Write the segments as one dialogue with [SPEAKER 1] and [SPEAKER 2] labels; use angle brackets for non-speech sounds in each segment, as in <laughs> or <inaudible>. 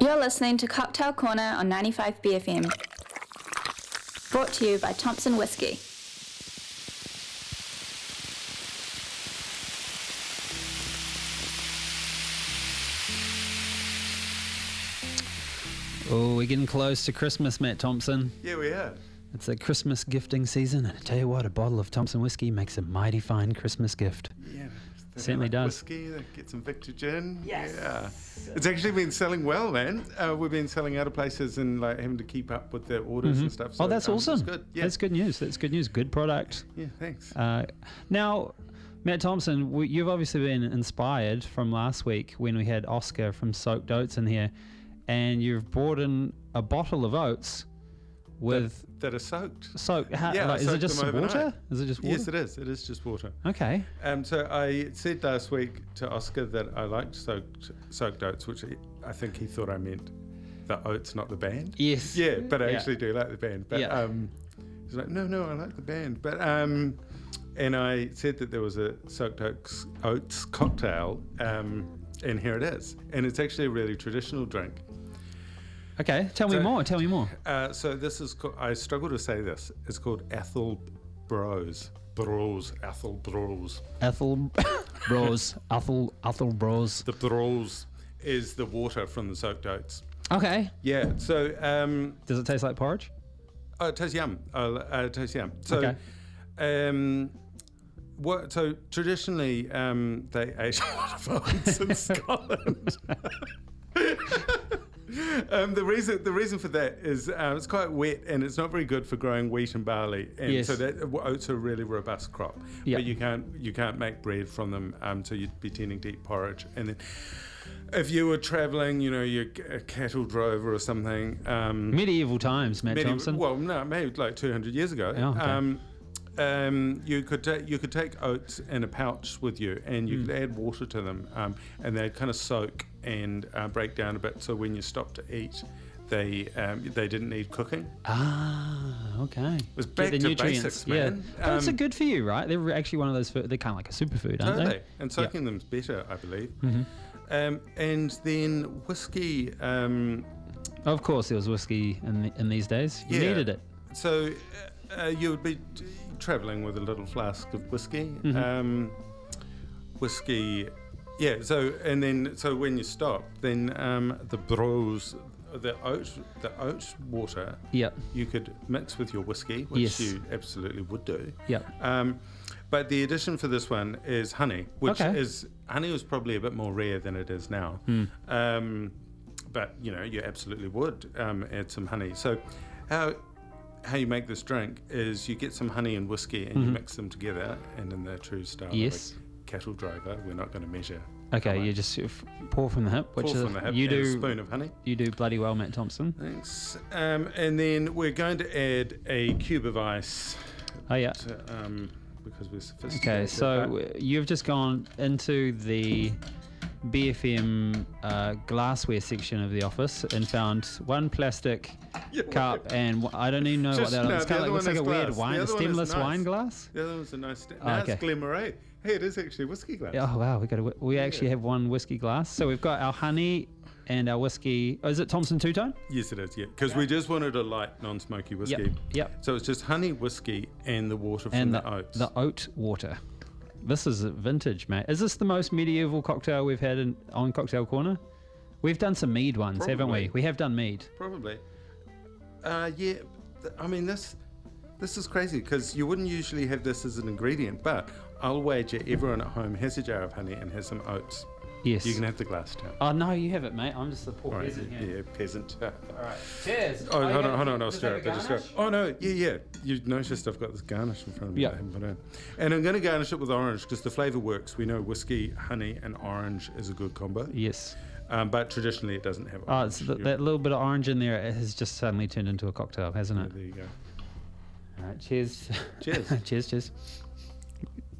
[SPEAKER 1] You're listening to Cocktail Corner on 95BFM. Brought to you by Thompson Whiskey.
[SPEAKER 2] Oh, we're getting close to Christmas, Matt Thompson.
[SPEAKER 3] Yeah, we are.
[SPEAKER 2] It's the Christmas gifting season, and I tell you what, a bottle of Thompson whiskey makes a mighty fine Christmas gift. Oh,
[SPEAKER 3] Yeah. they
[SPEAKER 2] Certainly
[SPEAKER 3] got
[SPEAKER 2] does.
[SPEAKER 3] Whiskey, they get some Victor Gin. Yes. Yeah. It's actually been selling well, man. Uh, we've been selling out of places and like having to keep up with their orders and stuff.
[SPEAKER 2] oh, that's
[SPEAKER 3] um, it's
[SPEAKER 2] awesome.
[SPEAKER 3] good. Yeah.
[SPEAKER 2] That's good news. That's good news. Good product.
[SPEAKER 3] Yeah, thanks.
[SPEAKER 2] Uh, now, Matt Thompson, w- you've obviously been inspired from last week when we had Oscar from Soaked Oats in here, and you've brought in a bottle of oats with
[SPEAKER 3] that are soaked.
[SPEAKER 2] soak. How,
[SPEAKER 3] Yeah, I
[SPEAKER 2] like, is it
[SPEAKER 3] soaked
[SPEAKER 2] just
[SPEAKER 3] them overnight.
[SPEAKER 2] water? Is it just water?
[SPEAKER 3] Yes, it is. It is just water.
[SPEAKER 2] Okay.
[SPEAKER 3] Um, so I said last week to Oscar that I liked soaked, soaked oats, which I think he thought I meant the oats, not the band.
[SPEAKER 2] Yes.
[SPEAKER 3] Yeah, but I
[SPEAKER 2] Mm. Yeah.
[SPEAKER 3] actually do like the band. But
[SPEAKER 2] Yeah.
[SPEAKER 3] um, he's like, no, no, I like the band. But um, and I said that there was a soaked oats, oats cocktail, um, and here it is. And it's actually a really traditional drink.
[SPEAKER 2] Okay. Tell me
[SPEAKER 3] So-
[SPEAKER 2] more. Tell me more.
[SPEAKER 3] Uh, so this is ca- I struggle to say this. It's called Ethel Bros. Bros. Ethel Bros.
[SPEAKER 2] Ethel <laughs> Bros. Ethel Ethel Bros.
[SPEAKER 3] The Bros is the water from the soaked oats.
[SPEAKER 2] Okay.
[SPEAKER 3] Yeah. So um,
[SPEAKER 2] Does it taste like porridge?
[SPEAKER 3] Oh, it tastes yum. Uh, uh, it tastes yum. So, um, what? So traditionally, um, they ate <laughs> a lot of oats in Scotland. <laughs> um, the reason the reason for that is uh, it's quite wet and it's not very good for growing wheat and barley. And
[SPEAKER 2] Yes.
[SPEAKER 3] so that oats are a really robust crop.
[SPEAKER 2] Yeah.
[SPEAKER 3] But you can't you can't make bread from them. Um, so you'd be tending to eat porridge and then. If you were traveling, you know, you're a cattle drover or something, um,
[SPEAKER 2] Medieval times, Matt
[SPEAKER 3] Medieval-
[SPEAKER 2] Thompson.
[SPEAKER 3] Well, no, maybe like 200 years ago.
[SPEAKER 2] Oh, okay.
[SPEAKER 3] um, um, you could ta- you could take oats in a pouch with you, and
[SPEAKER 2] Hmm.
[SPEAKER 3] you could add water to them, um, and they'd kind of soak and uh, break down a bit. So when you stopped to eat, they um, they didn't need cooking.
[SPEAKER 2] ah, okay.
[SPEAKER 3] was
[SPEAKER 2] Get
[SPEAKER 3] back
[SPEAKER 2] the
[SPEAKER 3] to
[SPEAKER 2] nutrients.
[SPEAKER 3] basics,
[SPEAKER 2] yeah.
[SPEAKER 3] man.
[SPEAKER 2] But it's a
[SPEAKER 3] Um,
[SPEAKER 2] good for you, right? They're actually one of those. Food, they're kind of like a superfood, aren't
[SPEAKER 3] Don't
[SPEAKER 2] they? Mm-hmm.
[SPEAKER 3] they? And soaking them's better, I believe. Um, and then whiskey. Um,
[SPEAKER 2] Of course, there was whiskey in, the, in these days. You
[SPEAKER 3] Yeah.
[SPEAKER 2] needed it.
[SPEAKER 3] So uh, uh, you would be traveling with a little flask of whiskey.
[SPEAKER 2] Mm-hmm.
[SPEAKER 3] Um, whiskey, yeah. So and then so when you stop, then um, the bros, the oat, the oat water,
[SPEAKER 2] Yep.
[SPEAKER 3] you could mix with your whiskey, which
[SPEAKER 2] Yes.
[SPEAKER 3] you absolutely would do.
[SPEAKER 2] Yep.
[SPEAKER 3] Um, but the addition for this one is honey, which
[SPEAKER 2] Okay. Hmm.
[SPEAKER 3] is honey was probably a bit more rare than it is now. Um, but you know, you absolutely would um, add some honey. So how how you make this drink is you get some honey and whiskey and you mix them together, and in the true style of a
[SPEAKER 2] Mm-hmm. Yes.
[SPEAKER 3] cattle driver, we're not going to measure.
[SPEAKER 2] Okay,
[SPEAKER 3] Right.
[SPEAKER 2] you just sort of pour from the hip, which
[SPEAKER 3] Pour
[SPEAKER 2] is
[SPEAKER 3] from the hip
[SPEAKER 2] you
[SPEAKER 3] and a
[SPEAKER 2] do.
[SPEAKER 3] spoon of honey.
[SPEAKER 2] You do bloody well, Matt Thompson.
[SPEAKER 3] Thanks. Um, and then we're going to add a cube of ice,
[SPEAKER 2] Oh yeah.
[SPEAKER 3] to, um, because we're sophisticated.
[SPEAKER 2] Okay, so
[SPEAKER 3] but-
[SPEAKER 2] uh, you've just gone into the BFM uh, glassware section of the office and found one plastic
[SPEAKER 3] Yeah.
[SPEAKER 2] cup and wh- I don't even know what
[SPEAKER 3] Just-
[SPEAKER 2] that
[SPEAKER 3] no,
[SPEAKER 2] is. It's
[SPEAKER 3] the
[SPEAKER 2] kind of
[SPEAKER 3] other
[SPEAKER 2] like, looks
[SPEAKER 3] one
[SPEAKER 2] like a
[SPEAKER 3] is
[SPEAKER 2] weird
[SPEAKER 3] glass. The
[SPEAKER 2] wine,
[SPEAKER 3] other one is
[SPEAKER 2] stemless
[SPEAKER 3] nice.
[SPEAKER 2] wine glass.
[SPEAKER 3] The other one's a nice. Sta-
[SPEAKER 2] Oh,
[SPEAKER 3] no, it's
[SPEAKER 2] okay.
[SPEAKER 3] Glenmorangie. Hey, it is actually whiskey glass.
[SPEAKER 2] Oh wow, we got a, whi- we actually have one whiskey glass. So we've got our honey and our whiskey. Oh, is it Thompson Two Tone?
[SPEAKER 3] Yes, it is. Yeah, because we just wanted a light, non-smoky whiskey.
[SPEAKER 2] yep.
[SPEAKER 3] So it's just honey whiskey and the water from
[SPEAKER 2] And
[SPEAKER 3] the,
[SPEAKER 2] the
[SPEAKER 3] oats.
[SPEAKER 2] the oat water. This is vintage, mate. Is this the most medieval cocktail we've had in, on Cocktail Corner? We've done some mead ones, haven't we?
[SPEAKER 3] Probably.
[SPEAKER 2] We have done mead.
[SPEAKER 3] Probably. Uh, yeah. th- I mean this. This is crazy because you wouldn't usually have this as an ingredient, but I'll wager everyone at home has a jar of honey and has some oats.
[SPEAKER 2] Yes.
[SPEAKER 3] You can have the glass down.
[SPEAKER 2] Oh no, you have it, mate. I'm just the poor
[SPEAKER 3] All right,
[SPEAKER 2] peasant here.
[SPEAKER 3] yeah, peasant. <laughs>
[SPEAKER 2] All right. Cheers.
[SPEAKER 3] Oh,
[SPEAKER 2] you
[SPEAKER 3] hold
[SPEAKER 2] got-
[SPEAKER 3] on, hold on, I'll
[SPEAKER 2] does
[SPEAKER 3] stir
[SPEAKER 2] that
[SPEAKER 3] it.
[SPEAKER 2] have
[SPEAKER 3] I'll just
[SPEAKER 2] a
[SPEAKER 3] stir it. Oh, no, yeah, yeah. You noticed I've got this garnish in front of me.
[SPEAKER 2] Yeah.
[SPEAKER 3] that I haven't put in. And I'm going to garnish it with orange because the flavour works. We know whiskey, honey, and orange is a good combo.
[SPEAKER 2] Yes.
[SPEAKER 3] Um, but traditionally, it doesn't have
[SPEAKER 2] Oh,
[SPEAKER 3] orange.
[SPEAKER 2] it's th-
[SPEAKER 3] You-
[SPEAKER 2] that little bit of orange in there it has just suddenly turned into a cocktail, hasn't it?
[SPEAKER 3] There you go.
[SPEAKER 2] All right. Cheers. <laughs>
[SPEAKER 3] Cheers.
[SPEAKER 2] cheers. Cheers.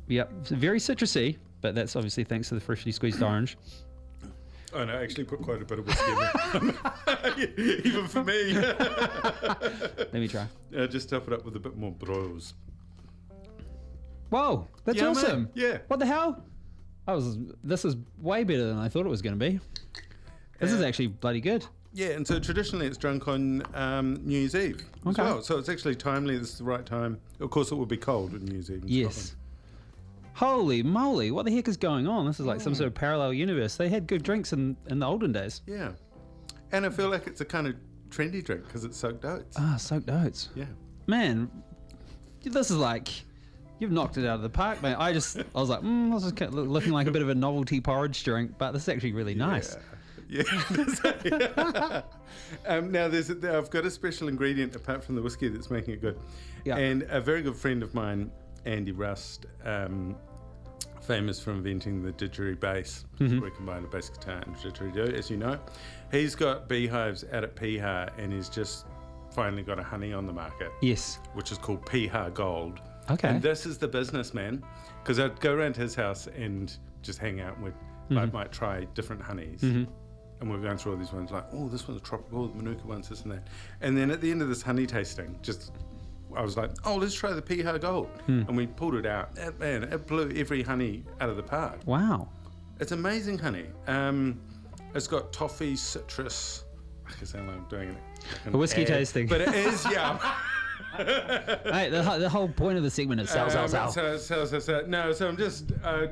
[SPEAKER 2] Yep. it's very citrusy, but that's obviously thanks to the freshly squeezed orange.
[SPEAKER 3] Oh, no, I actually put quite a bit of whiskey in there. <laughs> Even for me.
[SPEAKER 2] Let me try.
[SPEAKER 3] uh, just top it up with a bit more bros.
[SPEAKER 2] Whoa, that's
[SPEAKER 3] Yeah, man.
[SPEAKER 2] awesome.
[SPEAKER 3] Yeah.
[SPEAKER 2] What the hell? I was. This is way better than I thought it was going to be. This is
[SPEAKER 3] Uh,
[SPEAKER 2] actually bloody good.
[SPEAKER 3] Yeah, and so traditionally it's drunk on um, New Year's Eve as
[SPEAKER 2] Okay.
[SPEAKER 3] well. So it's actually timely. This is the right time. Of course, it will be cold on New Year's Eve. In
[SPEAKER 2] Yes. Holy moly! What the heck is going on? This is like
[SPEAKER 3] Mm.
[SPEAKER 2] some sort of parallel universe. They had good drinks in in the olden days.
[SPEAKER 3] Scotland. Yeah. And I feel like it's a kind of trendy drink because it's soaked oats.
[SPEAKER 2] Ah, soaked oats.
[SPEAKER 3] yeah.
[SPEAKER 2] man, this is like you've knocked it out of the park, man. I just I was like, mm, this is kind of looking like a bit of a novelty porridge drink, but this is actually really nice.
[SPEAKER 3] Yeah. Yeah. <laughs> um, now, there's a, I've got a special ingredient apart from the whiskey that's making it good.
[SPEAKER 2] Yeah.
[SPEAKER 3] And a very good friend of mine, Andy Rust, um, famous for inventing the didgeridoo bass, where you combine a bass guitar and didgeridoo, as you know. He's got beehives out at Piha and he's just finally got a honey on the market
[SPEAKER 2] Yes.
[SPEAKER 3] which is called Piha Gold.
[SPEAKER 2] Okay.
[SPEAKER 3] And this is the businessman, because I'd go around to his house and just hang out with, I
[SPEAKER 2] Mm-hmm.
[SPEAKER 3] might try different honeys. And we're going through all these ones, like, oh, this one's tropical, the Manuka one's this and that. And then at the end of this honey tasting, just, I was like, oh, let's try the Piha Gold.
[SPEAKER 2] Hmm.
[SPEAKER 3] And we pulled it out. Eh, man, it blew every honey out of the park.
[SPEAKER 2] Wow.
[SPEAKER 3] It's amazing honey. Um, it's got toffee, citrus. I can sound like I'm doing it.
[SPEAKER 2] A whiskey tasting.
[SPEAKER 3] But it is yum.
[SPEAKER 2] <laughs> Hey, the, hu- the whole point of the segment is sell, sell,
[SPEAKER 3] Um,
[SPEAKER 2] sell.
[SPEAKER 3] So, so, so, so, no, so I'm just, uh,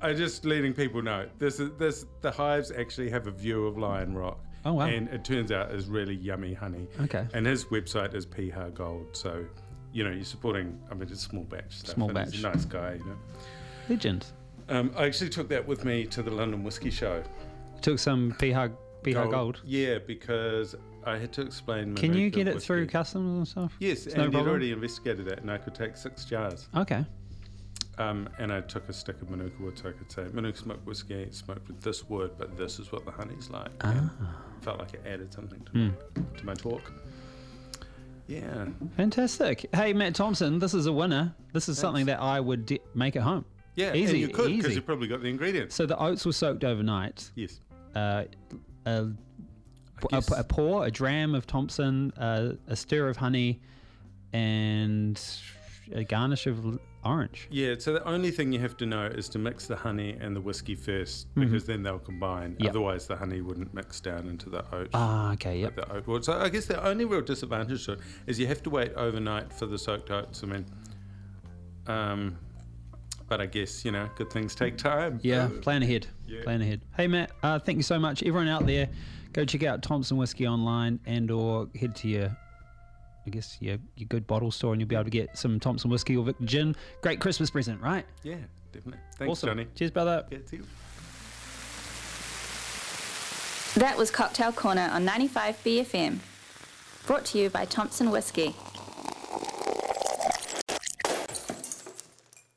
[SPEAKER 3] I'm just letting people know this is this. The hives actually have a view of Lion Rock.
[SPEAKER 2] Oh, wow.
[SPEAKER 3] And it turns out is really yummy honey.
[SPEAKER 2] Okay.
[SPEAKER 3] And his website is PH Gold, so you know you're supporting. I mean, it's small batch stuff.
[SPEAKER 2] Small
[SPEAKER 3] and he's
[SPEAKER 2] batch.
[SPEAKER 3] a nice guy, you know.
[SPEAKER 2] Legend.
[SPEAKER 3] Um, I actually took that with me to the London Whisky Show.
[SPEAKER 2] Took some PH PH gold.
[SPEAKER 3] Yeah, because I had to explain.
[SPEAKER 2] Can you
[SPEAKER 3] Manuka
[SPEAKER 2] get it
[SPEAKER 3] whisky.
[SPEAKER 2] through customs and stuff?
[SPEAKER 3] Yes,
[SPEAKER 2] no
[SPEAKER 3] and they'd
[SPEAKER 2] problem?
[SPEAKER 3] already investigated that, and I could take six jars.
[SPEAKER 2] Okay.
[SPEAKER 3] Um, and I took a stick of Manuka wood, so I could say Manuka smoked whiskey, it's smoked with this wood, but this is what the honey's like.
[SPEAKER 2] Ah.
[SPEAKER 3] And Felt like it added something to,
[SPEAKER 2] Hmm.
[SPEAKER 3] my, to my talk. Yeah,
[SPEAKER 2] Fantastic. Hey, Matt Thompson, this is a winner. This is something that I would de- make at home.
[SPEAKER 3] yeah, and
[SPEAKER 2] Easy,
[SPEAKER 3] you could because
[SPEAKER 2] easy.
[SPEAKER 3] you probably got the ingredients.
[SPEAKER 2] So the oats were soaked overnight.
[SPEAKER 3] Yes,
[SPEAKER 2] uh, a, a,
[SPEAKER 3] guess-
[SPEAKER 2] a pour, a dram of Thompson, uh, a stir of honey, and a garnish of l- orange.
[SPEAKER 3] yeah. So the only thing you have to know is to mix the honey and the whiskey first,
[SPEAKER 2] Mm-hmm.
[SPEAKER 3] because then they'll combine.
[SPEAKER 2] Yeah.
[SPEAKER 3] Otherwise, the honey wouldn't mix down into the oat.
[SPEAKER 2] Ah, okay, yep.
[SPEAKER 3] the oat. Well, so I guess the only real disadvantage to it is you have to wait overnight for the soaked oats. I mean, um, but I guess you know, good things take time.
[SPEAKER 2] Yeah, plan ahead.
[SPEAKER 3] Yeah.
[SPEAKER 2] Plan ahead. Hey, Matt, uh, thank you so much. Everyone out there, go check out Thompson Whiskey online and or head to your, I guess, your, your good bottle store and you'll be able to get some Thompson Whiskey or Vic Gin. Great Christmas present, right?
[SPEAKER 3] Yeah, definitely. Thanks,
[SPEAKER 2] awesome.
[SPEAKER 3] Johnny.
[SPEAKER 2] Cheers, brother.
[SPEAKER 3] Yeah, see you.
[SPEAKER 1] That was Cocktail Corner on 95 BFM. Brought to you by Thompson Whiskey.